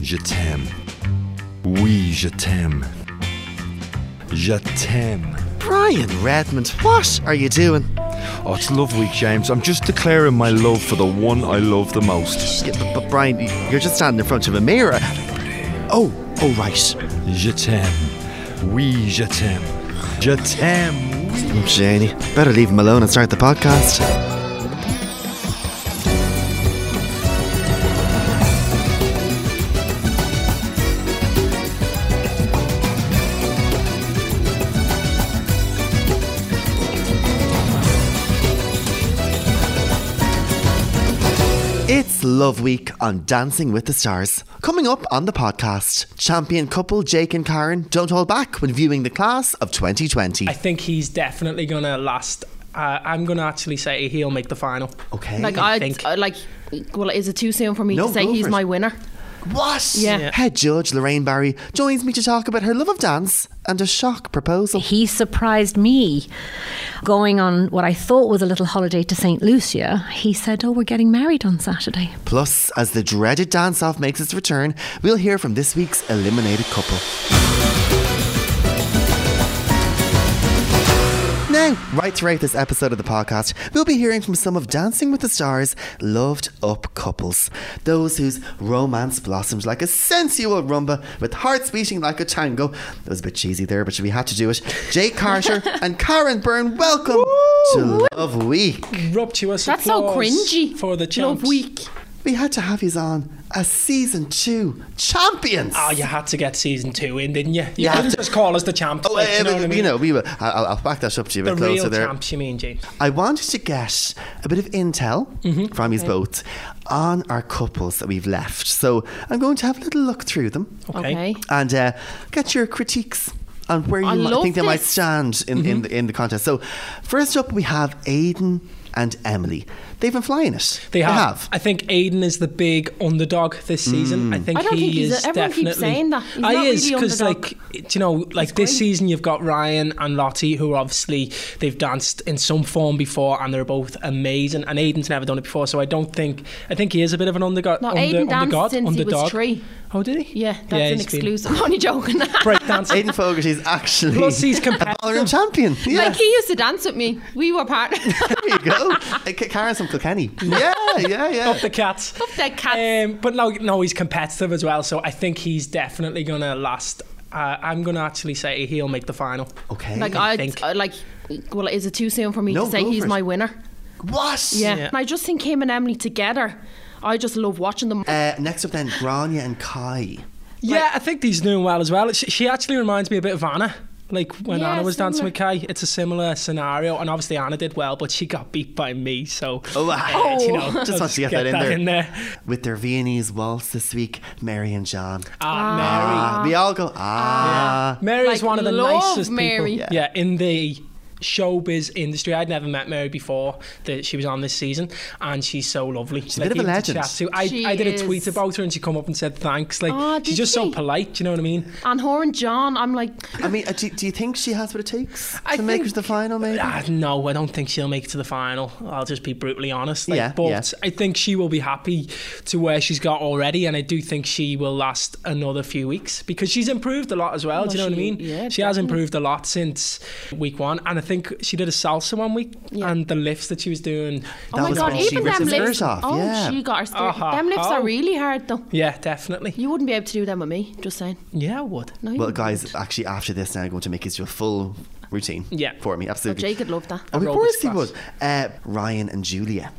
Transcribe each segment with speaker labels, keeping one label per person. Speaker 1: Je t'aime. Oui, je t'aime. Je t'aime.
Speaker 2: Brian Redmond, what are you doing?
Speaker 1: Oh, it's Love Week, James. I'm just declaring my love for the one I love the most.
Speaker 2: Yeah, but, but Brian, you're just standing in front of a mirror. Oh, oh, right.
Speaker 1: Je t'aime. Oui, je t'aime. Je t'aime.
Speaker 2: Janie, better leave him alone and start the podcast. It's Love Week on Dancing with the Stars. Coming up on the podcast, champion couple Jake and Karen don't hold back when viewing the class of 2020.
Speaker 3: I think he's definitely gonna last. Uh, I'm gonna actually say he'll make the final.
Speaker 2: Okay.
Speaker 4: Like I,
Speaker 3: think?
Speaker 4: I like. Well, is it too soon for me
Speaker 2: No,
Speaker 4: to say
Speaker 2: go
Speaker 4: he's
Speaker 2: for it.
Speaker 4: my winner?
Speaker 2: what?
Speaker 4: Yeah. Yeah.
Speaker 2: Head judge Lorraine Barry joins me to talk about her love of dance and a shock proposal.
Speaker 5: He surprised me going on what I thought was a little holiday to St. Lucia. He said, Oh, we're getting married on Saturday.
Speaker 2: Plus, as the dreaded dance off makes its return, we'll hear from this week's eliminated couple. Now, right throughout this episode of the podcast, we'll be hearing from some of Dancing with the Stars' loved up couples. Those whose romance blossomed like a sensual rumba with hearts beating like a tango. That was a bit cheesy there, but we had to do it. Jake Carter and Karen Byrne, welcome to Love Week.
Speaker 3: Ruptuous
Speaker 4: That's so
Speaker 3: applause
Speaker 4: cringy.
Speaker 3: for the champs.
Speaker 4: Love week.
Speaker 2: We had to have you on as season two champions.
Speaker 3: Oh, you had to get season two in, didn't you? You
Speaker 2: Yeah.
Speaker 3: couldn't just call us the champs.
Speaker 2: Oh,
Speaker 3: like,
Speaker 2: eh,
Speaker 3: you know
Speaker 2: but,
Speaker 3: what I mean?
Speaker 2: you know, we will. I- I'll, I'll back that up to you a
Speaker 3: the
Speaker 2: bit closer
Speaker 3: real
Speaker 2: there.
Speaker 3: champs, you mean, James?
Speaker 2: I wanted to get a bit of intel
Speaker 3: Mm-hmm.
Speaker 2: from you both on our couples that we've left. So I'm going to have a little look through them
Speaker 4: Okay.
Speaker 2: and uh, get your critiques on where you
Speaker 4: I
Speaker 2: might,
Speaker 4: love
Speaker 2: think they might
Speaker 4: this.
Speaker 2: stand in,
Speaker 3: Mm-hmm.
Speaker 2: in, the, in the contest. So first up, we have Aiden and Emily. They've been flying it.
Speaker 3: They have. Mm. I think Aiden is the big underdog this season. I think
Speaker 4: I don't
Speaker 3: he
Speaker 4: think he's a-
Speaker 3: is
Speaker 4: everyone keeps
Speaker 3: definitely.
Speaker 4: saying that. He's
Speaker 3: I
Speaker 4: not
Speaker 3: is
Speaker 4: really
Speaker 3: because,
Speaker 4: underdog.
Speaker 3: like, do you know, like this
Speaker 4: great.
Speaker 3: season you've got Ryan and Lottie, who obviously they've danced in some form before, and they're both amazing. And Aiden's never done it before, so I don't think. I think he is a bit of an undergo-
Speaker 4: No,
Speaker 3: under,
Speaker 4: Aiden danced
Speaker 3: undergod-
Speaker 4: since he was
Speaker 3: underdog.
Speaker 4: three.
Speaker 3: Oh, did he?
Speaker 4: Yeah, that's an
Speaker 3: he's been
Speaker 4: exclusive. I'm only joking.
Speaker 3: Break dancing.
Speaker 2: Aiden Fogarty's actually
Speaker 3: Plus, he's
Speaker 2: a ballroom
Speaker 3: competitive.
Speaker 2: champion. Yeah.
Speaker 4: Like he used to dance with me. We were partners.
Speaker 2: There you go. Uh, K- Karen's from Kilkenny. Yeah, yeah, yeah.
Speaker 3: the cats.
Speaker 4: Dead cats.
Speaker 3: Um, but no, no, he's competitive as well. So I think he's definitely gonna last. Uh, I'm gonna actually say he'll make the final.
Speaker 2: Okay.
Speaker 4: like
Speaker 3: I
Speaker 4: I,
Speaker 3: think-
Speaker 4: I like. Well, is it too soon for me
Speaker 2: No,
Speaker 4: to say
Speaker 2: go
Speaker 4: he's
Speaker 2: for it.
Speaker 4: my winner?
Speaker 2: what?
Speaker 4: Yeah.
Speaker 3: Yeah.
Speaker 4: And I just think him and Emily together. I just love watching them.
Speaker 2: Uh, next up then, Grania and Kai.
Speaker 3: Yeah, I think he's doing well as well. She, she actually reminds me a bit of Anna. Like when
Speaker 4: Yeah,
Speaker 3: Anna was dancing
Speaker 4: similar.
Speaker 3: with Kai, it's a similar scenario, and obviously Anna did well, but she got beat by me. So
Speaker 2: Oh, wow.
Speaker 3: uh, you know,
Speaker 2: Just
Speaker 3: I'll
Speaker 2: wanted to get, that, in, there.
Speaker 3: in there.
Speaker 2: With their Viennese waltz this week, Mary and John.
Speaker 3: Ah,
Speaker 2: Ah, we all go, ah.
Speaker 3: Mary. Mary is
Speaker 4: Like,
Speaker 3: one of the
Speaker 4: love
Speaker 3: nicest
Speaker 4: Mary.
Speaker 3: people.
Speaker 4: Yeah.
Speaker 3: Yeah. in the showbiz industry. I'd never met Mary before that she was on this season, and she's so lovely. She's
Speaker 2: a bit of a legend.
Speaker 3: To. I,
Speaker 4: She
Speaker 3: I did a
Speaker 4: is.
Speaker 3: tweet about her, and she come up and said thanks. Like
Speaker 4: Aw,
Speaker 3: she's
Speaker 4: did
Speaker 3: just so
Speaker 4: she?
Speaker 3: polite. Do you know what I mean?
Speaker 4: And her and John, I'm like, oh
Speaker 2: I mean, uh, do, do you think she has what it takes to
Speaker 3: I
Speaker 2: make it
Speaker 3: think-
Speaker 2: to the final, maybe?
Speaker 3: Ah, no, I don't think she'll make it to the final. I'll just be brutally honest. Like,
Speaker 2: Yeah,
Speaker 3: but
Speaker 2: yeah.
Speaker 3: I think she will be happy to where she's got already, and I do think she will last another few weeks because she's improved a lot as well. do you know what I
Speaker 4: she-
Speaker 3: mean?
Speaker 4: yeah,
Speaker 3: she has
Speaker 4: definitely.
Speaker 3: improved a lot since week one, and I think she did a salsa one week,
Speaker 4: Yeah.
Speaker 3: and the lifts that she was doing.
Speaker 4: oh my
Speaker 2: was
Speaker 4: god,
Speaker 2: when she
Speaker 4: even
Speaker 2: ripped
Speaker 4: them
Speaker 2: her
Speaker 4: lips.
Speaker 2: skirt off,
Speaker 4: Oh,
Speaker 2: yeah.
Speaker 4: she got her skirt.
Speaker 3: Uh-huh.
Speaker 4: Them lips
Speaker 3: Oh.
Speaker 4: are really hard though.
Speaker 3: Yeah, definitely.
Speaker 4: You wouldn't be able to do them with me. Just saying.
Speaker 3: Yeah, I would.
Speaker 4: No. you
Speaker 2: Well,
Speaker 4: wouldn't.
Speaker 2: guys, actually, after this, now I'm going to make it to a full routine
Speaker 3: Yeah.
Speaker 2: for me.
Speaker 4: Oh,
Speaker 2: Absolutely.
Speaker 4: Jake would love that.
Speaker 2: of
Speaker 3: Aerobics
Speaker 2: course he
Speaker 3: class.
Speaker 2: would. Uh, Ryan and Julia.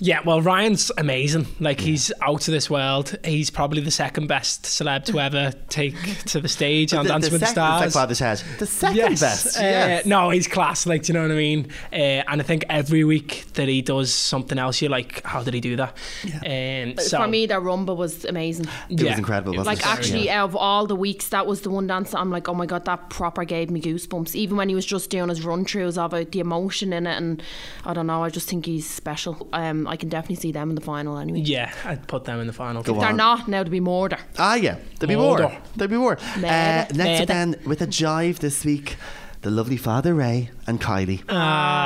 Speaker 3: Yeah, well, Ryan's amazing. Like he's out of this world. He's probably the second best celeb to ever take to the stage on
Speaker 2: the,
Speaker 3: Dancing
Speaker 2: the
Speaker 3: with the
Speaker 2: second,
Speaker 3: Stars.
Speaker 2: It's like Father's Head. The second best.
Speaker 3: Uh,
Speaker 2: yes.
Speaker 3: No, he's class. Like, do you know what I mean? Uh, and I think every week that he does something else, you're like, how did he do that? Um,
Speaker 4: But
Speaker 3: so,
Speaker 4: For me, their rumba was amazing.
Speaker 2: It was incredible, wasn't
Speaker 4: Like
Speaker 2: it?
Speaker 4: actually, out of all the weeks, that was the one dance that I'm like, oh my god, that proper gave me goosebumps. Even when he was just doing his run throughs of it, the emotion in it, and I don't know, I just think he's special. Um, I can definitely see them in the final anyway.
Speaker 3: Yeah, I'd put them in the final.
Speaker 2: Go
Speaker 3: too.
Speaker 2: on.
Speaker 4: They're not now to be murder.
Speaker 2: Ah, yeah. There'll be more.
Speaker 3: Murder.
Speaker 2: There'll be more. Uh,
Speaker 4: Murder.
Speaker 2: next up then, with a jive this week, the lovely father Ray and Kylie.
Speaker 3: Ah.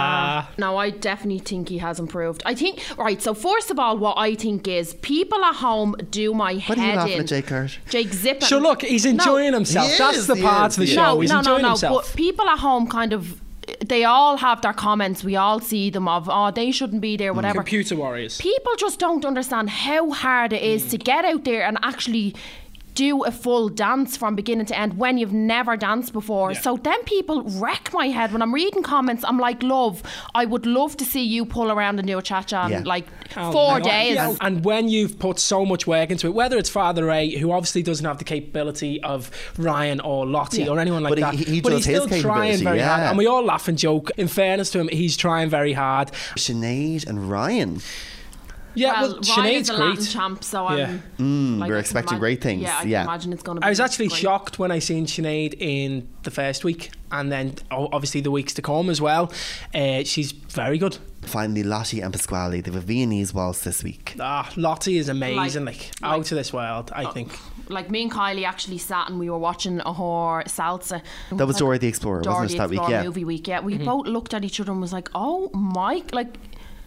Speaker 4: No, I definitely think he has improved. I think right. So first of all, what I think is people at home do my head
Speaker 2: What are you laughing
Speaker 4: in.
Speaker 2: at, Jake Hart?
Speaker 4: Jake Zippin.
Speaker 3: So look, he's enjoying
Speaker 4: no,
Speaker 3: himself.
Speaker 2: He
Speaker 3: That's
Speaker 2: is,
Speaker 3: the
Speaker 2: he
Speaker 3: part
Speaker 2: is,
Speaker 3: of the
Speaker 2: he
Speaker 3: show.
Speaker 4: No,
Speaker 3: he's
Speaker 4: no, no,
Speaker 3: enjoying
Speaker 4: no.
Speaker 3: himself.
Speaker 4: But people at home kind of. They all have their comments. We all see them of, oh, they shouldn't be
Speaker 3: Mm.
Speaker 4: there, whatever.
Speaker 3: Computer warriors.
Speaker 4: people just don't understand how hard it is
Speaker 3: Mm.
Speaker 4: to get out there and actually do a full dance from beginning to end when you've never danced before.
Speaker 3: Yeah.
Speaker 4: So then people wreck my head when I'm reading comments. I'm like, love, I would love to see you pull around and do a cha cha
Speaker 2: Yeah.
Speaker 4: in like
Speaker 3: Four
Speaker 4: four days.
Speaker 3: And, and when you've put so much work into it, whether it's Father Ray, who obviously doesn't have the capability of Ryan or Lottie or anyone like
Speaker 2: But he-
Speaker 3: that,
Speaker 2: he- he
Speaker 3: but
Speaker 2: does
Speaker 3: he's
Speaker 2: his
Speaker 3: still trying
Speaker 2: capability,
Speaker 3: very hard.
Speaker 2: yeah.
Speaker 3: And we all laugh and joke. In fairness to him, he's trying very hard.
Speaker 2: Sinead and Ryan.
Speaker 3: Yeah, well,
Speaker 4: well, Ryan
Speaker 3: Sinead's
Speaker 4: is a Latin
Speaker 3: great.
Speaker 4: champ, so
Speaker 3: Yeah.
Speaker 4: I'm. like,
Speaker 2: we're
Speaker 4: I can
Speaker 2: expecting great things,
Speaker 4: Yeah, I
Speaker 2: yeah.
Speaker 4: can imagine it's going to be.
Speaker 3: I was actually
Speaker 4: great.
Speaker 3: shocked when I seen Sinead in the first week, and then o- obviously the weeks to come as well. Uh, she's very good.
Speaker 2: Finally, Lottie and Pasquale. They have a Viennese waltz this week.
Speaker 3: Ah, Lottie is amazing, like,
Speaker 4: Like- Oh,
Speaker 3: out of this world. I think.
Speaker 4: Like me and Kylie actually sat and we were watching a horror salsa.
Speaker 2: That was Dora the Explorer,
Speaker 4: Dora
Speaker 2: wasn't
Speaker 4: the
Speaker 2: it? That week,
Speaker 4: Explorer
Speaker 2: yeah.
Speaker 4: movie week. Yeah, we both looked at each other and was like, "Oh, Mike!" Like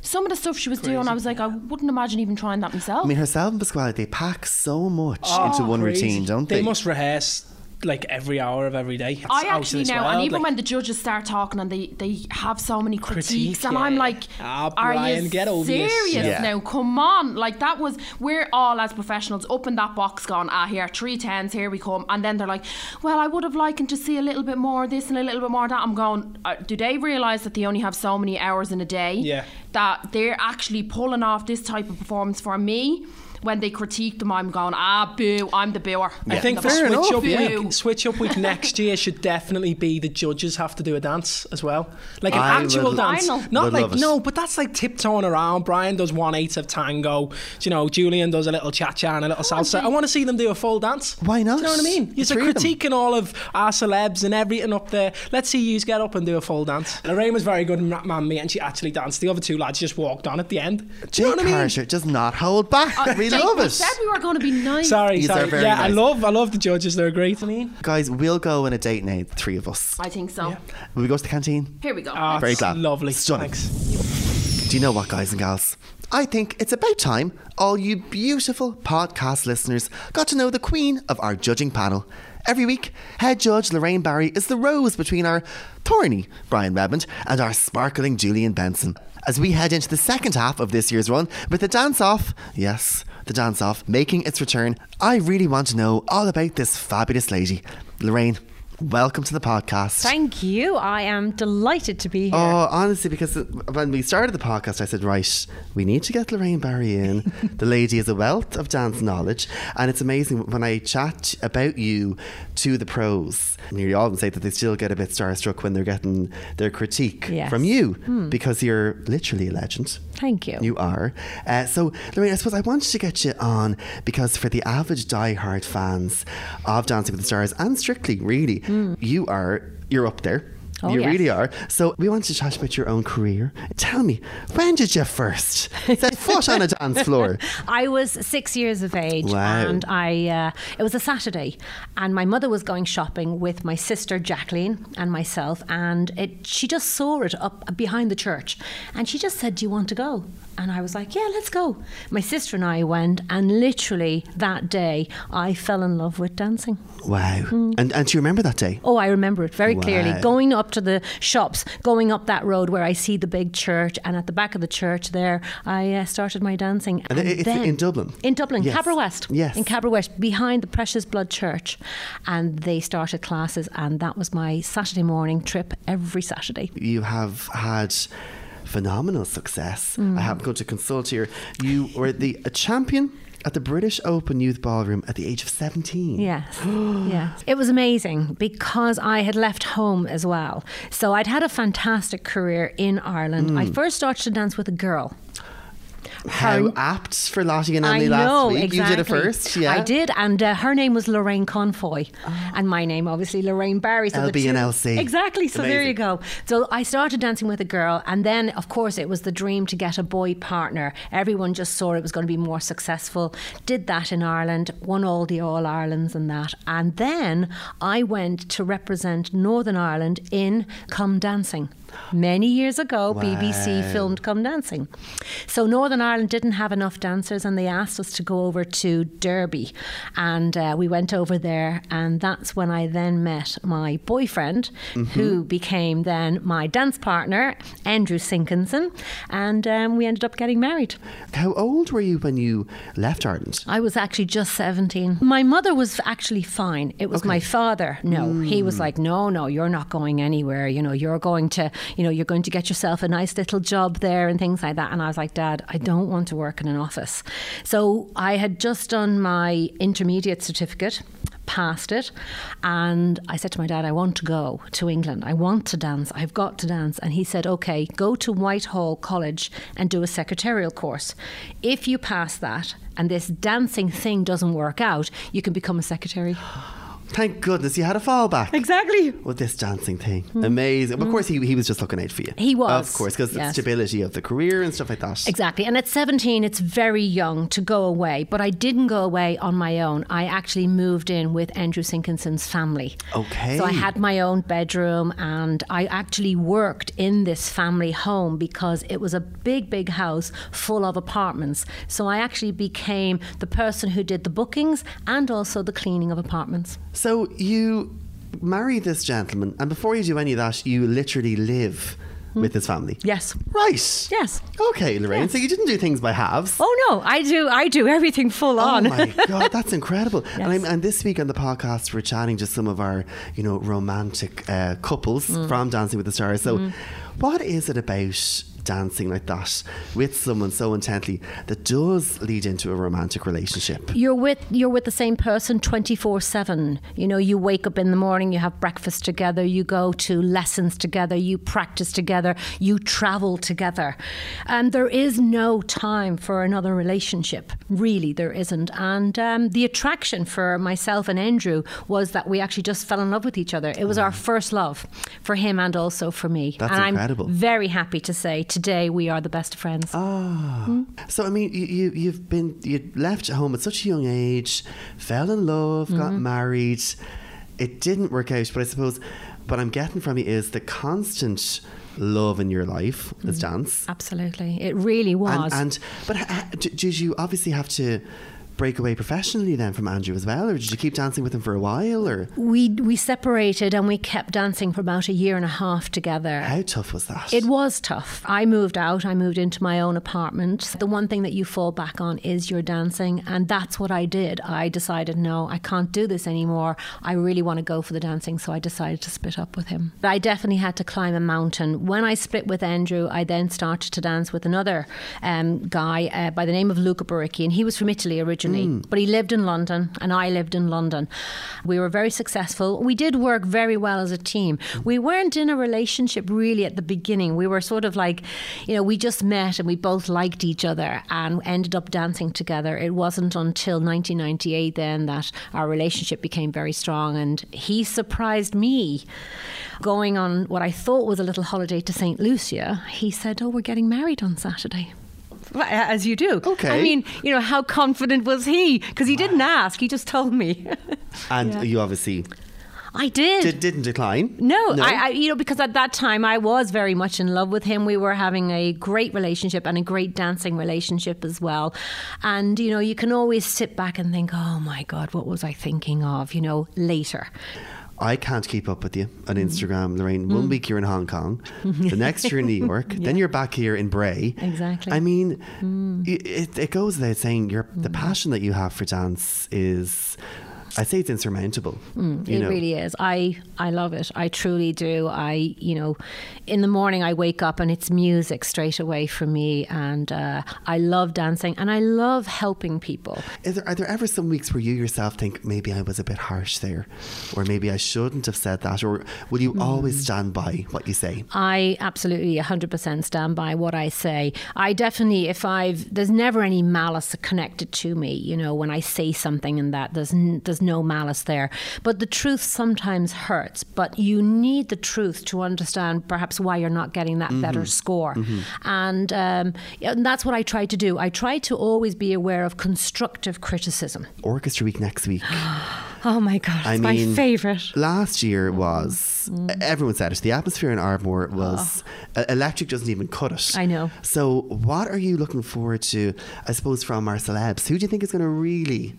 Speaker 4: some of the stuff she was doing, I was like, I wouldn't imagine even trying that myself.
Speaker 2: I mean, herself and Pasquale, they pack so much into one
Speaker 3: Ah, Crazy.
Speaker 2: routine, don't they?
Speaker 3: They must rehearse like every hour of every day. It's
Speaker 4: I
Speaker 3: out of
Speaker 4: actually
Speaker 3: this
Speaker 4: know,
Speaker 3: world,
Speaker 4: and even
Speaker 3: like-
Speaker 4: when the judges start talking and they, they have so many critiques,
Speaker 3: Critique,
Speaker 4: and
Speaker 3: yeah,
Speaker 4: I'm
Speaker 3: yeah.
Speaker 4: like,
Speaker 3: Ah,
Speaker 4: are
Speaker 3: Brian,
Speaker 4: you
Speaker 3: get over
Speaker 4: serious
Speaker 3: yourself."
Speaker 2: Yeah.
Speaker 4: now? Come on, like that was we're all as professionals up in that box, gone ah here three tens, here we come, and then they're like, well, I would have liked to see a little bit more of this and a little bit more of that. I'm going, uh, do they realise that they only have so many hours in a day?
Speaker 3: Yeah.
Speaker 4: that they're actually pulling off this type of performance for me. When they critique them, I'm going, ah, boo, I'm the booer.
Speaker 3: I think for
Speaker 2: Fair
Speaker 3: switch
Speaker 2: enough.
Speaker 3: up
Speaker 4: Boo.
Speaker 3: week, switch up week next year should definitely be the judges have to do a dance as well, like an
Speaker 2: I
Speaker 3: actual
Speaker 2: would-
Speaker 3: dance,
Speaker 4: Final.
Speaker 3: not
Speaker 2: Would
Speaker 3: like
Speaker 2: love it.
Speaker 3: no, but that's like tiptoeing around. Brian does one eight of tango, Do you know. Julian does a little cha cha and a little salsa. I want to see them do a full dance.
Speaker 2: Why not?
Speaker 3: Do you know what I mean?
Speaker 2: The
Speaker 3: It's a
Speaker 2: three of them.
Speaker 3: critiquing all of our celebs and everything up there. Let's see you get up and do a full dance. Lorraine was very good in Ratman Me, and she actually danced. The other two lads just walked on at the end. Do
Speaker 2: Jake
Speaker 3: you know what I mean? Ah,
Speaker 2: Carter does not hold back. we
Speaker 4: Jake,
Speaker 2: love
Speaker 4: we
Speaker 2: it.
Speaker 4: said we were going to be nice.
Speaker 3: Sorry,
Speaker 2: These are
Speaker 3: sorry.
Speaker 2: very
Speaker 3: Yeah, I
Speaker 2: nice.
Speaker 3: love, I love the judges. They're great. I mean,
Speaker 2: Guys, we'll go on a date night, the three of us.
Speaker 4: I think so.
Speaker 2: Will we go to the canteen?
Speaker 4: Here we go.
Speaker 3: Ah,
Speaker 2: Very
Speaker 3: it's
Speaker 2: glad.
Speaker 3: Lovely.
Speaker 2: Stunning.
Speaker 3: Thanks.
Speaker 2: Do you know what, guys and gals? I think it's about time all you beautiful podcast listeners got to know the queen of our judging panel. Every week, head judge Lorraine Barry is the rose between our thorny Brian Redmond and our sparkling Julian Benson. As we head into the second half of this year's run with the dance off, yes, the dance off, making its return, I really want to know all about this fabulous lady. Lorraine, welcome to the podcast.
Speaker 5: Thank you. I am delighted to be here.
Speaker 2: Oh, honestly, because when we started the podcast, I said, right, we need to get Lorraine Barry in. the lady is a wealth of dance knowledge. And it's amazing when I chat about you to the pros, nearly all of them say that they still get a bit starstruck when they're getting their critique
Speaker 5: Yes. Hmm.
Speaker 2: from you because you're literally a legend.
Speaker 5: Thank you.
Speaker 2: You are. Uh, so, Lorraine, I suppose I wanted to get you on because for the avid diehard fans of Dancing with the Stars and Strictly, really, you are, you're up there.
Speaker 5: Hmm. Oh,
Speaker 2: you
Speaker 5: yes.
Speaker 2: really are. So we wanted to chat about your own career. Tell me, when did you first set foot on a dance floor?
Speaker 5: I was six years of age,
Speaker 2: Wow.
Speaker 5: and I uh, it was a Saturday, and my mother was going shopping with my sister Jacqueline and myself, and it she just saw it up behind the church, and she just said, "Do you want to go?" And I was like, "Yeah, let's go." My sister and I went, and literally that day, I fell in love with dancing.
Speaker 2: Wow.
Speaker 5: Hmm.
Speaker 2: And and do you remember that day?
Speaker 5: Oh, I remember it very clearly.
Speaker 2: Wow.
Speaker 5: Going up to the shops, going up that road where I see the big church, and at the back of the church there, I uh, started my dancing.
Speaker 2: And it's in Dublin?
Speaker 5: In Dublin,
Speaker 2: Yes.
Speaker 5: Cabra West.
Speaker 2: Yes.
Speaker 5: In Cabra West, behind the Precious Blood Church. And they started classes, and that was my Saturday morning trip every Saturday.
Speaker 2: You have had phenomenal success.
Speaker 5: Hmm.
Speaker 2: I have got to consult here. You were the a champion at the British Open Youth Ballroom at the age of 17.
Speaker 5: Yes. yes. It was amazing because I had left home as well.
Speaker 2: Hmm.
Speaker 5: So I'd had a fantastic career in Ireland. I first started to dance with a girl.
Speaker 2: How
Speaker 5: Her-
Speaker 2: apt for Lottie and
Speaker 5: I
Speaker 2: Emily last
Speaker 5: know,
Speaker 2: week.
Speaker 5: exactly.
Speaker 2: You did it first, yeah.
Speaker 5: I did, and uh, her name was Lorraine Confoy, and my name obviously Lorraine Barry. So the
Speaker 2: LB and
Speaker 5: two-
Speaker 2: LC.
Speaker 5: Exactly. So there
Speaker 2: Amazing.
Speaker 5: you go. So I started dancing with a girl, and then of course it was the dream to get a boy partner. Everyone just saw it was going to be more successful. Did that in Ireland, won all the All Irelands and that, and then I went to represent Northern Ireland in Come Dancing. Many years ago, BBC filmed Come Dancing. So Northern Ireland didn't have enough dancers, and they asked us to go over to Derby, and uh, we went over there, and that's when I then met my boyfriend, who became then my dance partner, Andrew Sinkinson, and um, we ended up getting married.
Speaker 2: How old were you when you left Ireland?
Speaker 5: I was actually just 17. My mother was actually fine. It was my father. No, he was like, no, no, you're not going anywhere. You know, you're going to, you know, you're going to get yourself a nice little job there and things like that. And I was like, Dad, I don't want to work in an office. So I had just done my intermediate certificate. Passed it, and I said to my dad, I want to go to England. I want to dance. I've got to dance. And he said, Okay, go to Whitehall College and do a secretarial course. If you pass that, and this dancing thing doesn't work out, you can become a secretary.
Speaker 2: Thank goodness you had a fallback.
Speaker 5: Exactly.
Speaker 2: With this dancing thing. Amazing. Of course, he, he was just looking out for you.
Speaker 5: He was,
Speaker 2: Of course, because the
Speaker 5: yes.
Speaker 2: stability of the career and stuff like that.
Speaker 5: Exactly. And at 17, it's very young to go away. But I didn't go away on my own. I actually moved in with Andrew Sinkinson's family.
Speaker 2: Okay.
Speaker 5: So I had my own bedroom and I actually worked in this family home because it was a big, big house full of apartments. So I actually became the person who did the bookings and also the cleaning of apartments.
Speaker 2: So you marry this gentleman, and before you do any of that, you literally live with his family.
Speaker 5: Yes.
Speaker 2: Right.
Speaker 5: Hmm. Yes.
Speaker 2: Okay, Lorraine. So you didn't do things by halves.
Speaker 5: Oh no, I do. I do everything full on.
Speaker 2: Oh my god, that's incredible! And, I'm,
Speaker 5: Yes.
Speaker 2: and this week on the podcast, we're chatting just some of our, you know, romantic uh, couples from Dancing with the Stars. So, what is it about dancing like that with someone so intently that does lead into a romantic relationship?
Speaker 5: you're with you're with the same person 24/7 you know you wake up in the morning you have breakfast together you go to lessons together you practice together you travel together and there is no time for another relationship really there isn't and um, the attraction for myself and Andrew was that we actually just fell in love with each other it was our first love for him and also for me
Speaker 2: Mm. That's
Speaker 5: and
Speaker 2: incredible. Ah.
Speaker 5: I'm very happy to say today we are the best of friends
Speaker 2: So I mean, you, you you've been you left home at such a young age, fell in love, got married. It didn't work out, but I suppose what I'm getting from you is the constant love in your life is dance,
Speaker 5: absolutely it really was
Speaker 2: and, and but h- h- d- did you obviously have to break away professionally then from Andrew as well, or did you keep dancing with him for a while, or
Speaker 5: we we separated and we kept dancing for about a year and a half together.
Speaker 2: how tough was that?
Speaker 5: It was tough. I moved out. I moved into my own apartment. The one thing that you fall back on is your dancing, and that's what I did. I decided, no, I can't do this anymore. I really want to go for the dancing, so I decided to split up with him. But I definitely had to climb a mountain. When I split with Andrew, I then started to dance with another um, guy uh, by the name of Luca Baricchi, and he was from Italy originally, but he lived in London, and I lived in London. We were very successful. We did work very well as a team. We weren't in a relationship really at the beginning. We were sort of like, you know, we just met and we both liked each other and ended up dancing together. It wasn't until 1998 then that our relationship became very strong, and he surprised me going on what I thought was a little holiday to St. Lucia. He said, Oh, we're getting married on Saturday. Well, As you do.
Speaker 2: Okay.
Speaker 5: I mean, you know, how confident was he? Because he didn't ask, he just told me.
Speaker 2: and you obviously
Speaker 5: I did.
Speaker 2: did, didn't decline.
Speaker 5: no, I, I, you know, because at that time I was very much in love with him. We were having a great relationship and a great dancing relationship as well. And, you know, you can always sit back and think, oh my God, what was I thinking of, you know, later.
Speaker 2: I can't keep up with you on
Speaker 5: Mm-hmm.
Speaker 2: Instagram, Lorraine. One week you're in Hong Kong, the next you're in New York, then you're back here in Bray.
Speaker 5: Exactly. Mm.
Speaker 2: I mean,
Speaker 5: Mm-hmm.
Speaker 2: y it, it goes without saying, your the passion that you have for dance is I'd say it's insurmountable. you
Speaker 5: Mm, it
Speaker 2: know.
Speaker 5: really is. I I love it. I truly do. I you know, in the morning I wake up and it's music straight away for me, and uh, I love dancing and I love helping people.
Speaker 2: Is there, are there ever some weeks where you yourself think maybe I was a bit harsh there, or maybe I shouldn't have said that, or will you
Speaker 5: Mm.
Speaker 2: always stand by what you say?
Speaker 5: I absolutely 100% stand by what I say. I definitely, if I've, there's never any malice connected to me, you know, when I say something and that, there's, n- there's no malice there. But the truth sometimes hurts, but you need the truth to understand perhaps why you're not getting
Speaker 2: Mm-hmm.
Speaker 5: that better score. And, um, yeah, and that's what I try to do. I try to always be aware of constructive criticism.
Speaker 2: Orchestra Week next week.
Speaker 5: Oh my God, it's
Speaker 2: I
Speaker 5: my
Speaker 2: mean,
Speaker 5: favorite. Mm.
Speaker 2: Last year was everyone said it. The atmosphere in Ardmore was uh, electric. Doesn't even cut it.
Speaker 5: Ah. I know.
Speaker 2: So, what are you looking forward to? I suppose from our celebs, who do you think is going to really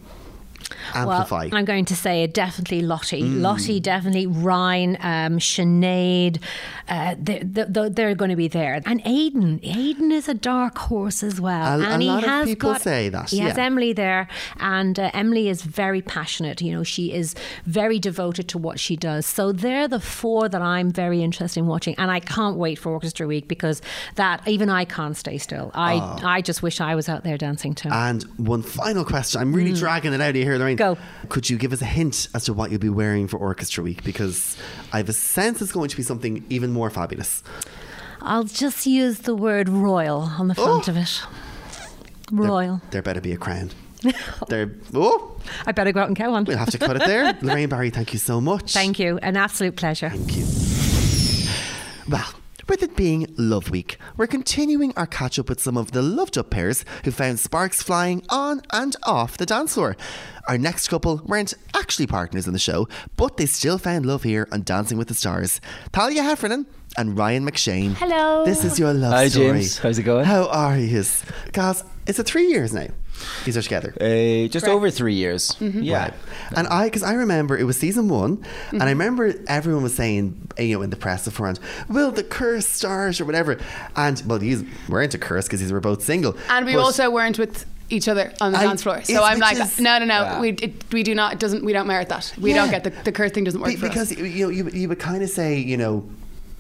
Speaker 2: amplify? Mm.
Speaker 5: Well, I'm going to say definitely Lottie. Lottie, definitely Ryan, um, Sinead. Uh, they, they, they're going to be there. And Aiden. Aiden is a dark horse as well.
Speaker 2: A- a
Speaker 5: and
Speaker 2: lot
Speaker 5: he
Speaker 2: of
Speaker 5: has
Speaker 2: people
Speaker 5: got,
Speaker 2: say that,
Speaker 5: He has
Speaker 2: yeah.
Speaker 5: Emily there. And uh, Emily is very passionate. You know, she is very devoted to what she does. So they're the four that I'm very interested in watching. And I can't wait for Orchestra Week because that, even I can't stay still. I,
Speaker 2: Oh.
Speaker 5: I just wish I was out there dancing too.
Speaker 2: and one final question. I'm really dragging it out of here, Lorraine.
Speaker 5: Mm. Go.
Speaker 2: Could you give us a hint as to what you'll be wearing for Orchestra Week? Because I have a sense it's going to be something even more fabulous.
Speaker 5: I'll just use the word royal on the front
Speaker 2: Oh.
Speaker 5: of it. Royal.
Speaker 2: There better be a crown. there. Oh,
Speaker 5: I better go out and get one.
Speaker 2: we'll have to cut it there. Lorraine Barry, thank you so much.
Speaker 5: Thank you. An absolute pleasure.
Speaker 2: Thank you. Well, with it being Love Week, we're continuing our catch up with some of the loved up pairs who found sparks flying on and off the dance floor. Our next couple weren't actually partners in the show, but they still found love here on Dancing with the Stars. Talia Heffernan and Ryan McShane.
Speaker 4: Hello.
Speaker 2: This is your love
Speaker 6: Hi,
Speaker 2: story.
Speaker 6: James. How's it going?
Speaker 2: How are you? Guys, it's a three years now. These are together.
Speaker 6: Uh, just over three years.
Speaker 7: Mm-hmm.
Speaker 6: Yeah. Mm-hmm.
Speaker 2: Right. And I, because I remember it was season one, and I remember everyone was saying, eh, you know, in the press beforehand, will the curse start or whatever? And, well, these weren't a curse because these were both single.
Speaker 7: And we
Speaker 2: But-
Speaker 7: also weren't with each other on the
Speaker 2: I-
Speaker 7: dance floor.
Speaker 2: it's
Speaker 7: So I'm like,
Speaker 2: because-
Speaker 7: no, no, no.
Speaker 6: Yeah.
Speaker 7: We it, we do not. It doesn't. We don't merit that. We don't
Speaker 2: Yeah.
Speaker 7: get the the curse thing. Doesn't work
Speaker 2: Be-
Speaker 7: for
Speaker 2: because
Speaker 7: us.
Speaker 2: you know you, you would kind of say you know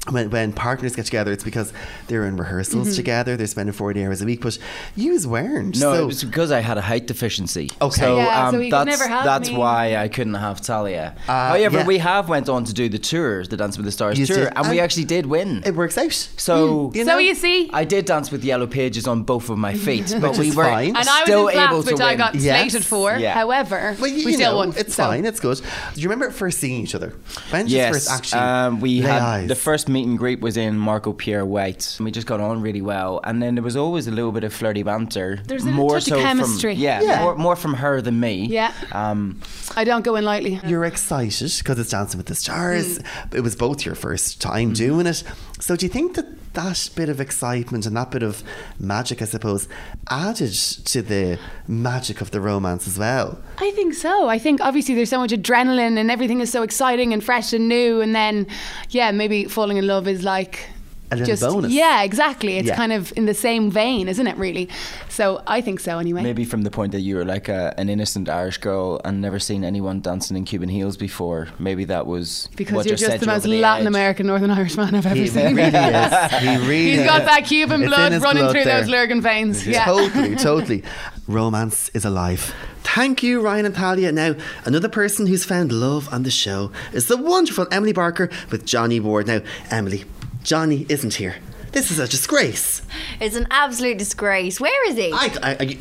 Speaker 2: when, when partners get together it's because they're in rehearsals together they're spending 40 hours a week but yous weren't
Speaker 6: Mm-hmm. No,
Speaker 2: so
Speaker 6: it was because I had a height deficiency.
Speaker 2: Okay.
Speaker 6: so,
Speaker 7: Yeah, so
Speaker 6: um,
Speaker 7: he could
Speaker 6: that's
Speaker 7: never have
Speaker 6: that's
Speaker 7: me.
Speaker 6: why I couldn't have Talia. However,
Speaker 2: Uh, yeah.
Speaker 6: we have went on to do the tour, the Dance with the Stars
Speaker 2: You
Speaker 6: tour,
Speaker 2: did.
Speaker 6: and we
Speaker 2: And-
Speaker 6: actually did win.
Speaker 2: it Mm, works out
Speaker 6: so
Speaker 7: so you see,
Speaker 6: I did dance with Yellow Pages on both of my feet, but
Speaker 2: Which
Speaker 6: we
Speaker 2: is
Speaker 6: were
Speaker 7: and
Speaker 2: fine.
Speaker 7: I was
Speaker 6: still
Speaker 7: in slaps,
Speaker 6: able to
Speaker 7: which
Speaker 6: win.
Speaker 7: I got
Speaker 2: Yes.
Speaker 7: slated for.
Speaker 6: Yeah.
Speaker 7: However,
Speaker 2: well, you,
Speaker 7: we
Speaker 2: you
Speaker 7: still
Speaker 2: know,
Speaker 7: won.
Speaker 2: It's
Speaker 7: so.
Speaker 2: fine. It's good. Do you remember first seeing each other? When did you
Speaker 6: Yes,
Speaker 2: first actually
Speaker 6: um, we
Speaker 2: lay
Speaker 6: had
Speaker 2: eyes?
Speaker 6: the first meet and greet was in Marco Pierre White, and we just got on really well. And then there was always a little bit of flirty banter,
Speaker 7: There's a
Speaker 6: more
Speaker 7: touch
Speaker 6: so
Speaker 7: of chemistry.
Speaker 6: from yeah,
Speaker 2: Yeah.
Speaker 6: More, more from her than me.
Speaker 7: Yeah.
Speaker 6: Um,
Speaker 7: I don't go in lightly.
Speaker 2: You're excited because it's Dancing with the Stars. It was both your first time doing it. So, do you think that that bit of excitement and that bit of magic, I suppose, added to the magic of the romance as well?
Speaker 7: I think so. I think obviously there's so much adrenaline and everything is so exciting and fresh and new. And then, yeah, maybe falling in love is like
Speaker 2: A little bonus.
Speaker 7: Yeah, exactly. It's
Speaker 2: Yeah.
Speaker 7: kind of in the same vein, isn't it? Really. So I think so. Anyway.
Speaker 6: maybe from the point that you were like a, an innocent Irish girl and never seen anyone dancing in Cuban heels before, maybe that was
Speaker 7: Because
Speaker 6: what
Speaker 7: you're
Speaker 6: just,
Speaker 7: just
Speaker 6: set
Speaker 7: the
Speaker 6: you
Speaker 7: most
Speaker 6: over the
Speaker 7: Latin
Speaker 6: edge.
Speaker 7: American Northern Irish man I've ever seen.
Speaker 2: He is. He really
Speaker 7: He's
Speaker 2: is.
Speaker 7: got that Cuban
Speaker 2: It's in
Speaker 7: blood
Speaker 2: his
Speaker 7: running
Speaker 2: blood
Speaker 7: through
Speaker 2: there.
Speaker 7: those Lurgan veins. Yeah.
Speaker 2: Totally, totally. Romance is alive. Thank you, Ryan and Talia. Now, another person who's found love on the show is the wonderful Emily Barker with Johnny Ward. Now, Emily, Johnny isn't here. This is a disgrace.
Speaker 8: It's an absolute disgrace. Where is he?
Speaker 2: I, I, I- I, I,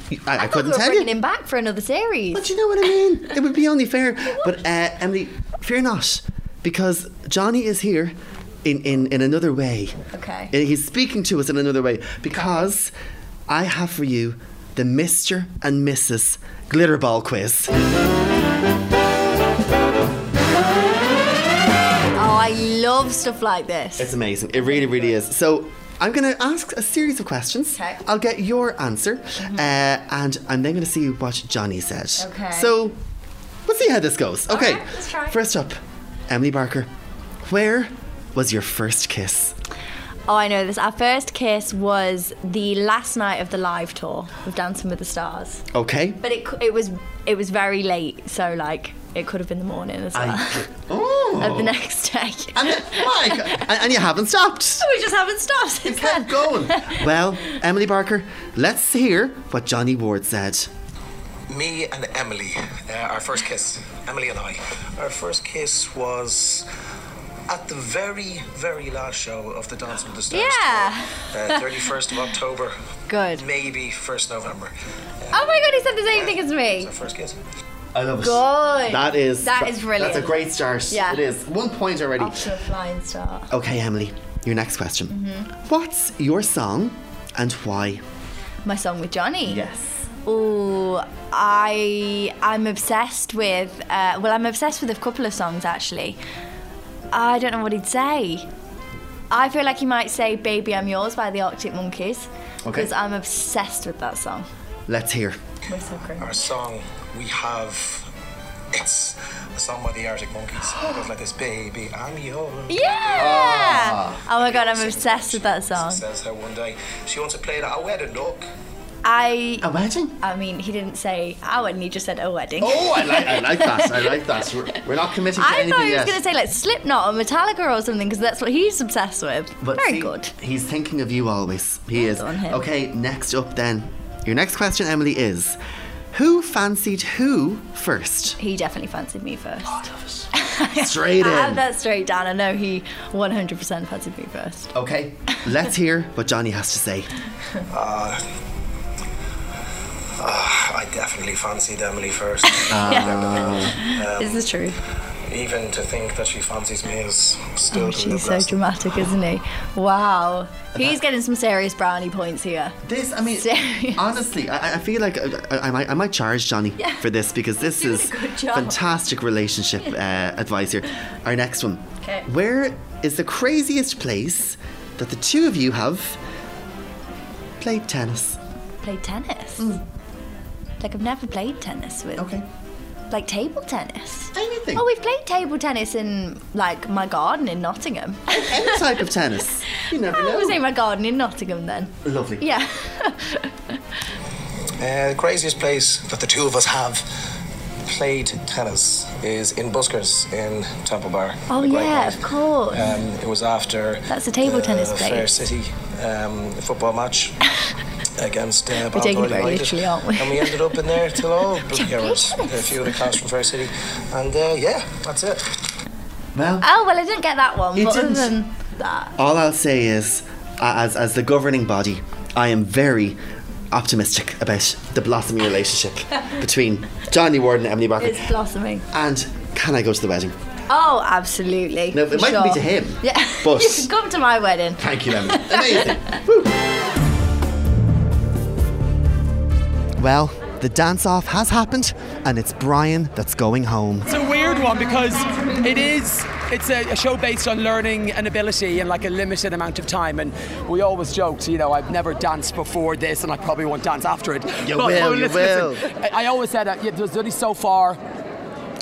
Speaker 8: thought
Speaker 2: couldn't
Speaker 8: we were
Speaker 2: tell
Speaker 8: bringing
Speaker 2: you.
Speaker 8: him back for another series.
Speaker 2: But you know what I mean? It would be only fair. But uh, Emily, fear not, because Johnny is here in, in, in another way.
Speaker 8: Okay.
Speaker 2: And he's speaking to us in another way because I have for you the Mr. and Mrs. Glitterball quiz.
Speaker 8: Oh, I love stuff like this.
Speaker 2: It's amazing. It really, really is. So I'm going to ask a series of questions.
Speaker 8: Okay. Mm-hmm.
Speaker 2: I'll get your answer, uh, and I'm then going to see what Johnny said.
Speaker 8: Okay.
Speaker 2: So we'll see how this goes. Okay.
Speaker 8: right, let's try.
Speaker 2: First up, Emily Barker, where was your first kiss?
Speaker 8: Oh, I know this. Our first kiss was the last night of the live tour of Dancing with the Stars,
Speaker 2: Okay.
Speaker 8: but it c- it was it was very late, so like it could have been the morning as well.
Speaker 2: I, oh.
Speaker 8: of the next day.
Speaker 2: And then, my God. And, and you haven't stopped.
Speaker 8: Oh, we just haven't stopped since then.
Speaker 2: Kept going. Well, Emily Barker, let's hear what Johnny Ward said.
Speaker 9: me and Emily, uh, our first kiss, Emily and I, our first kiss was at the very, very last show of the Dance with the Stars.
Speaker 8: Yeah.
Speaker 9: tour, uh, 31st of October.
Speaker 8: Good.
Speaker 9: Maybe 1st November.
Speaker 8: Oh my god, he said the same thing as
Speaker 9: It's
Speaker 8: me.
Speaker 9: our first kiss.
Speaker 2: I love it.
Speaker 8: Good.
Speaker 2: That is
Speaker 8: That is brilliant.
Speaker 2: That's a great start.
Speaker 8: Yeah. Oh.
Speaker 2: It is. One point already.
Speaker 8: Off to a flying start.
Speaker 2: Okay, Emily, your next question.
Speaker 8: Mm-hmm.
Speaker 2: What's your song and why?
Speaker 8: My song with Johnny. Oh, I I'm obsessed with. Uh, well, I'm obsessed with a couple of songs actually. I don't know what he'd say. I feel like he might say "Baby, I'm Yours" by the Arctic Monkeys
Speaker 2: Okay.
Speaker 8: because I'm obsessed with that song.
Speaker 2: Let's hear.
Speaker 8: We're so cringe.
Speaker 9: Our song we have, it's a song by the Arctic Monkeys. It goes like this, baby, I'm
Speaker 2: Ah.
Speaker 9: yours.
Speaker 8: Yeah! Oh my god, I'm obsessed with that song.
Speaker 9: Says her one day, she wants to play it at a wedding, look.
Speaker 8: I
Speaker 2: A wedding?
Speaker 8: I mean, he didn't say our wedding, he just said a wedding.
Speaker 2: Oh, I like, I like that. I like that. We're, we're not committing to
Speaker 8: I
Speaker 2: anything
Speaker 8: thought he was
Speaker 2: yet.
Speaker 8: going to say like Slipknot or Metallica or something because that's what he's obsessed with.
Speaker 2: But
Speaker 8: Very
Speaker 2: see,
Speaker 8: good.
Speaker 2: He's thinking of you always. He
Speaker 8: Well
Speaker 2: is.
Speaker 8: done, him.
Speaker 2: Okay, next up then. Your next question, Emily, is who fancied who first?
Speaker 8: He definitely fancied me first.
Speaker 2: Straight
Speaker 8: I have
Speaker 2: in.
Speaker 8: that straight down. I know he 100% fancied me first.
Speaker 2: Okay, let's hear what Johnny has to say.
Speaker 9: I definitely fancied Emily first.
Speaker 2: Ah,
Speaker 8: This is true.
Speaker 9: Um, Even to think that she fancies me is still
Speaker 8: Oh,
Speaker 9: to be
Speaker 8: she's so
Speaker 9: blessed.
Speaker 8: dramatic, isn't he? Wow. He's getting some serious brownie points here.
Speaker 2: This, I mean,
Speaker 8: Serious.
Speaker 2: honestly, I, I feel like I, I, I, might, I might charge Johnny for this because this
Speaker 8: Doing a
Speaker 2: is
Speaker 8: good job.
Speaker 2: fantastic relationship uh, advice here. Our next one.
Speaker 8: 'Kay.
Speaker 2: Where is the craziest place that the two of you have played tennis?
Speaker 8: Played tennis. Like, I've never played tennis with. Like, table tennis.
Speaker 2: Anything.
Speaker 8: Oh, we've played table tennis in, like, my garden in Nottingham.
Speaker 2: Any type of tennis. You never
Speaker 8: I
Speaker 2: know.
Speaker 8: was in Oh, my garden in Nottingham then.
Speaker 2: Lovely.
Speaker 8: Yeah.
Speaker 9: Uh, the craziest place that the two of us have played tennis is in Buskers in Temple Bar.
Speaker 8: Oh,
Speaker 9: A great
Speaker 8: yeah,
Speaker 9: night.
Speaker 8: of course.
Speaker 9: Um, it was after
Speaker 8: That's a table
Speaker 9: the
Speaker 8: tennis
Speaker 9: Fair
Speaker 8: place.
Speaker 9: City um, football match against uh,
Speaker 8: We're taking it
Speaker 9: Ballinroy
Speaker 8: very
Speaker 9: United.
Speaker 8: literally, aren't we?
Speaker 9: And we ended up in there till all bloody
Speaker 8: Champion
Speaker 9: hours. A
Speaker 8: tennis.
Speaker 9: few of the cast from Fair City, and uh, yeah, that's it.
Speaker 2: Well,
Speaker 8: Oh, well, I didn't get that one.
Speaker 2: You
Speaker 8: but
Speaker 2: didn't.
Speaker 8: other than that,
Speaker 2: all I'll say is, uh, as, as the governing body, I am very optimistic about the blossoming relationship between Johnny Ward and Emily Barker.
Speaker 8: it's blossoming.
Speaker 2: and can I go to the wedding?
Speaker 8: Oh, absolutely.
Speaker 2: No, it
Speaker 8: for
Speaker 2: might
Speaker 8: sure.
Speaker 2: be to him.
Speaker 8: Yeah.
Speaker 2: But-
Speaker 8: you can come to my wedding.
Speaker 2: Thank you, Emily. Amazing. Woo. Well, the dance off has happened, and it's Brian that's going home.
Speaker 10: It's a weird one because it is. It's a, a show based on learning an ability in like a limited amount of time, and we always joked, you know, I've never danced before this, and I probably won't dance after it.
Speaker 2: You will, you will.
Speaker 10: I I always said that yeah, there's only so far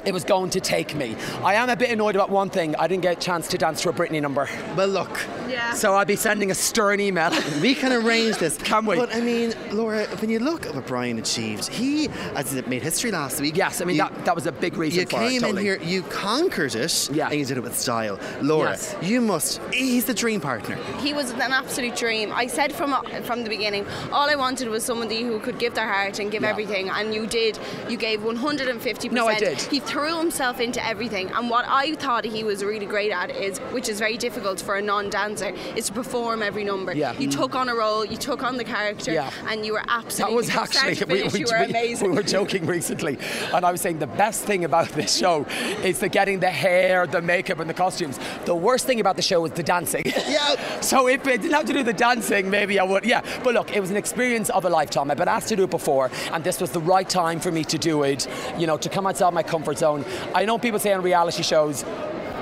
Speaker 10: it was going to take me. I am a bit annoyed about one thing. I didn't get a chance to dance to a Britney number. Well, look. Yeah. So I'll be sending a stern email.
Speaker 2: We can arrange this.
Speaker 10: Can we?
Speaker 2: But I mean, Laura, when you look at what Brian achieved, he as it made history last week.
Speaker 10: yes, I mean
Speaker 2: you-
Speaker 10: that, that was a big reason
Speaker 2: You
Speaker 10: for it.
Speaker 2: came in
Speaker 10: totally.
Speaker 2: here, you conquered it,
Speaker 10: Yeah.
Speaker 2: and you did it with style. Laura,
Speaker 10: Yes.
Speaker 2: you must, he's the dream partner.
Speaker 11: He was an absolute dream. I said from from the beginning, all I wanted was somebody who could give their heart and give
Speaker 10: Yeah.
Speaker 11: everything, and you did. You gave 150%.
Speaker 10: No, I did.
Speaker 11: He threw himself into everything, and what I thought he was really great at is, which is very difficult for a non-dancer, is to perform every number.
Speaker 10: Yeah.
Speaker 11: You took on a role, you took on the character,
Speaker 10: Yeah.
Speaker 11: and you were
Speaker 10: That
Speaker 11: absolutely
Speaker 10: was
Speaker 11: from start
Speaker 10: actually
Speaker 11: to finish, you were amazing.
Speaker 10: we were joking recently, and I was saying the best thing about this show is the getting the hair, the makeup, and the costumes. The worst thing about the show is the dancing.
Speaker 2: Yeah.
Speaker 10: so if it didn't have to do the dancing, maybe I would. Yeah, but look, it was an experience of a lifetime. I've been asked to do it before, and this was the right time for me to do it. You know, to come outside my comfort zone. I know people say on reality shows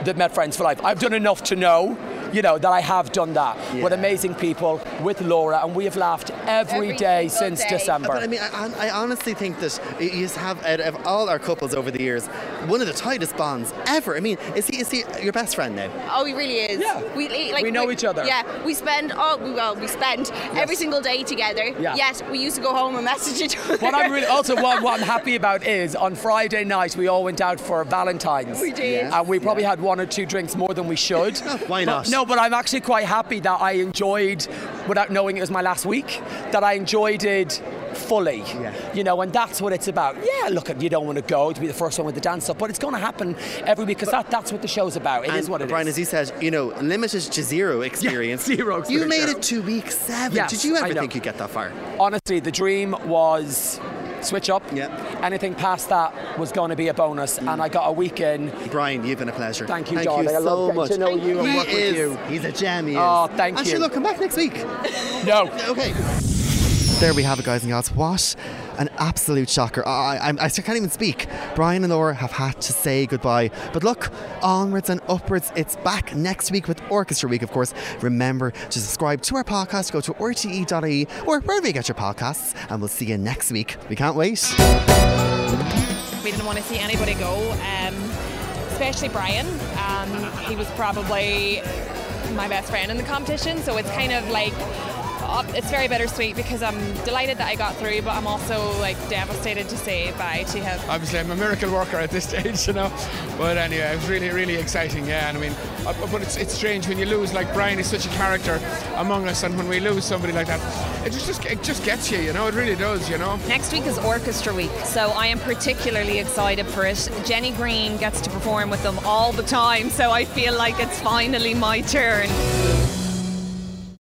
Speaker 10: they've met friends for life. I've done enough to know. you know, that I have done that with amazing people, with Laura, and we have laughed every day since December.
Speaker 2: But I mean, I, I honestly think that you just have out of all our couples over the years, one of the tightest bonds ever. I mean, is he is he your best friend now?
Speaker 11: Oh, he really is. Yeah. We li- like
Speaker 2: We know each other.
Speaker 11: Yeah. We spend all we well we spend every single day together.
Speaker 10: Yeah.
Speaker 11: Yes. We used to go home and message each other.
Speaker 10: what I'm really also what, what I'm happy about is on Friday night we all went out for Valentine's.
Speaker 11: We did. Yes.
Speaker 10: and we probably had one or two drinks more than we should.
Speaker 2: Why
Speaker 10: But-
Speaker 2: not?
Speaker 10: no, but I'm actually quite happy that I enjoyed, without knowing it was my last week, that I enjoyed it fully. You know, and that's what it's about. Yeah, look, you don't want to go to be the first one with the dance up, but it's going to happen every week because that, that's what the show's about. It is
Speaker 2: and
Speaker 10: what it is.
Speaker 2: Brian, as you said, you know, limited to zero experience.
Speaker 10: zero
Speaker 2: You
Speaker 10: experience,
Speaker 2: made
Speaker 10: yeah.
Speaker 2: it to week seven.
Speaker 10: Yes,
Speaker 2: Did you
Speaker 10: I
Speaker 2: ever
Speaker 10: know.
Speaker 2: think you'd get that far?
Speaker 10: Honestly, the dream was switch up. Yeah. Anything past that was going to be a bonus, and I got a weekend.
Speaker 2: Brian, you've been a pleasure.
Speaker 10: Thank you,
Speaker 2: Thank
Speaker 10: darling.
Speaker 2: you
Speaker 10: I
Speaker 2: so
Speaker 10: love
Speaker 2: much.
Speaker 10: getting to know
Speaker 2: Thank
Speaker 10: you and
Speaker 2: you.
Speaker 10: work
Speaker 2: He
Speaker 10: with
Speaker 2: is.
Speaker 10: you.
Speaker 2: He's a gem. He
Speaker 10: Oh,
Speaker 2: is.
Speaker 10: thank
Speaker 2: And
Speaker 10: you.
Speaker 2: sure, look, come back next week.
Speaker 10: No.
Speaker 2: Okay. There we have it, guys and gals. What an absolute shocker. I, I, I still can't even speak. Brian and Laura have had to say goodbye. But look, onwards and upwards. It's back next week with Orchestra Week, of course. Remember to subscribe to our podcast. Go to E rte.ie or wherever you get your podcasts. And we'll see you next week. We can't wait.
Speaker 12: We didn't want to see anybody go, um, especially Brian. Um, he was probably my best friend in the competition, so it's kind of like uh, it's very bittersweet because I'm delighted that I got through, but I'm also like devastated to say bye to him.
Speaker 13: Obviously, I'm a miracle worker at this stage, you know. But anyway, it was really, really exciting. Yeah, and I mean, uh, but it's, it's strange when you lose. Like Brian is such a character among us, and when we lose somebody like that, it just just it just gets you, you know. It really does, you know.
Speaker 12: Next week is Orchestra Week, so I am particularly excited for it. Jenny Green gets to perform with them all the time, so I feel like it's finally my turn.